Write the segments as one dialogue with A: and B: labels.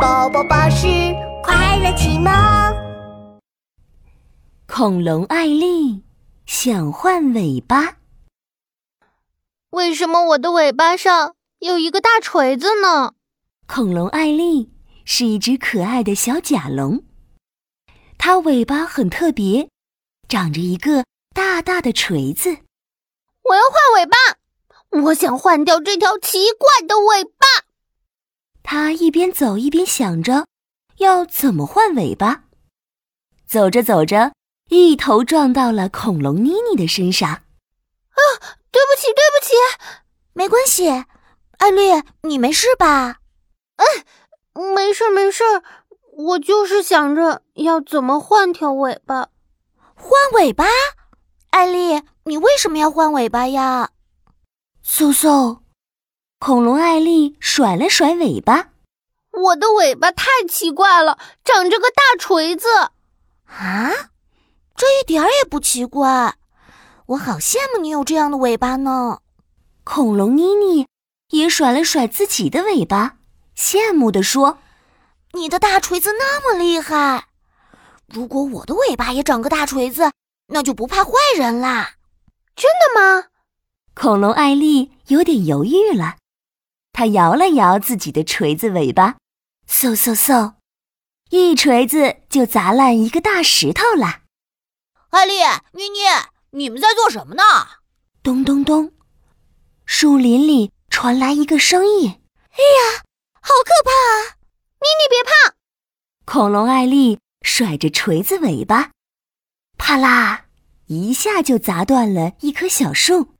A: 宝宝巴士快乐启蒙。
B: 恐龙艾丽想换尾巴，
C: 为什么我的尾巴上有一个大锤子呢？
B: 恐龙艾丽是一只可爱的小甲龙，它尾巴很特别，长着一个大大的锤子。
C: 我要换尾巴，我想换掉这条奇怪的尾巴。
B: 它一边走一边想着要怎么换尾巴。走着走着，一头撞到了恐龙妮妮的身上。
C: 啊，对不起，对不起，
D: 没关系。艾丽，你没事吧？
C: 嗯，没事没事，我就是想着要怎么换条尾巴。
D: 换尾巴？艾丽，你为什么要换尾巴呀？
B: 嗖嗖，恐龙艾丽甩了甩尾巴。
C: 我的尾巴太奇怪了，长着个大锤子。
D: 啊，这一点儿也不奇怪。我好羡慕你有这样的尾巴呢。
B: 恐龙妮妮也甩了甩自己的尾巴，羡慕地说
D: 你的大锤子那么厉害，如果我的尾巴也长个大锤子，那就不怕坏人啦。
C: 真的吗？：“
B: 恐龙艾丽有点犹豫了。”她摇了摇自己的锤子尾巴，嗖嗖嗖，一锤子就砸烂一个大石头啦。
D: 艾丽、妮妮，你们在做什么呢？
B: 咚咚咚，树林里传来一个声音。
D: 哎好可怕！啊
B: 恐龙艾丽甩着锤子尾巴，啪啦一下就砸断了一棵小树。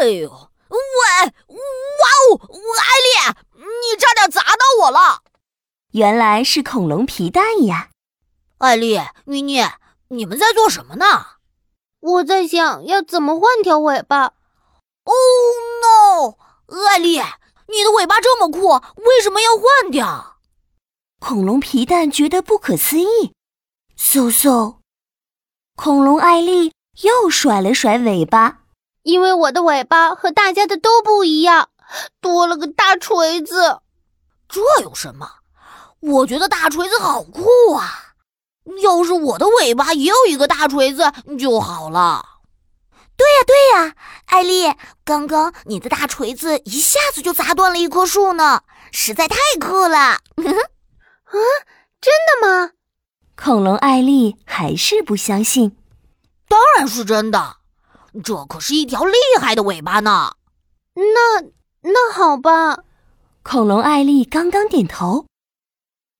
D: 哎呦，喂，哇哦，艾丽，你差点砸到我了！
B: 原来是恐龙皮蛋呀！
D: 艾丽、妮妮，你们在做什么呢
C: 我在想要怎么换条尾巴。
D: ？Oh no！艾丽，你的尾巴这么酷，为什么要换掉？
B: 恐龙皮蛋觉得不可思议。嗖嗖，恐龙艾丽又甩了甩尾巴。
C: 因为我的尾巴和大家的都不一样，多了个大锤子。
D: 这有什么？我觉得大锤子好酷啊！要是我的尾巴也有一个大锤子就好了。对呀、对呀、艾丽，刚刚你的大锤子一下子就砸断了一棵树呢，实在太酷了。
C: 真的吗？
B: 恐龙艾丽还是不相信。
D: 当然是真的，这可是一条厉害的尾巴呢。
C: 那那好吧，
B: 恐龙艾丽刚刚点头，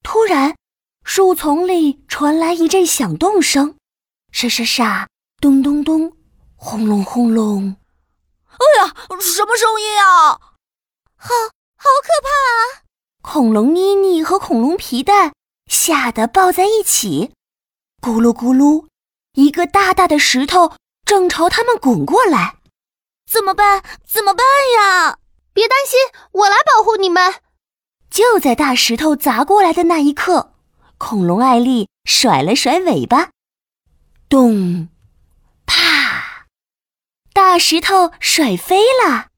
B: 突然，树丛里传来一阵响动声，沙沙沙，咚咚咚，轰隆轰隆。
D: 哎什么声音啊？
B: 恐龙啊妮妮和恐龙皮蛋吓得抱在一起，咕噜咕噜，一个大大的石头正朝他们滚过来。
D: 怎么办？怎么办呀？
C: 别担心，我来保护你们。
B: 就在大石头砸过来的那一刻，恐龙艾丽甩了甩尾巴，咚，啪，大石头甩飞了。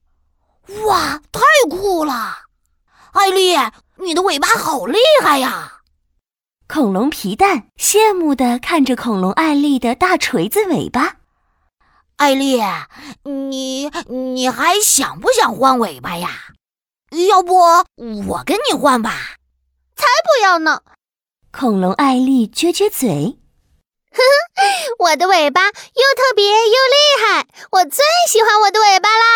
D: 哇，太酷了！艾丽，你的尾巴好厉害呀！
B: 恐龙皮蛋羡慕地看着恐龙艾丽的大锤子尾巴。
D: 艾丽，你你还想不想换尾巴呀？要不我跟你换吧？
C: 不要呢，
B: 恐龙艾丽撅撅嘴，
C: 我的尾巴又特别又厉害，我最喜欢我的尾巴啦！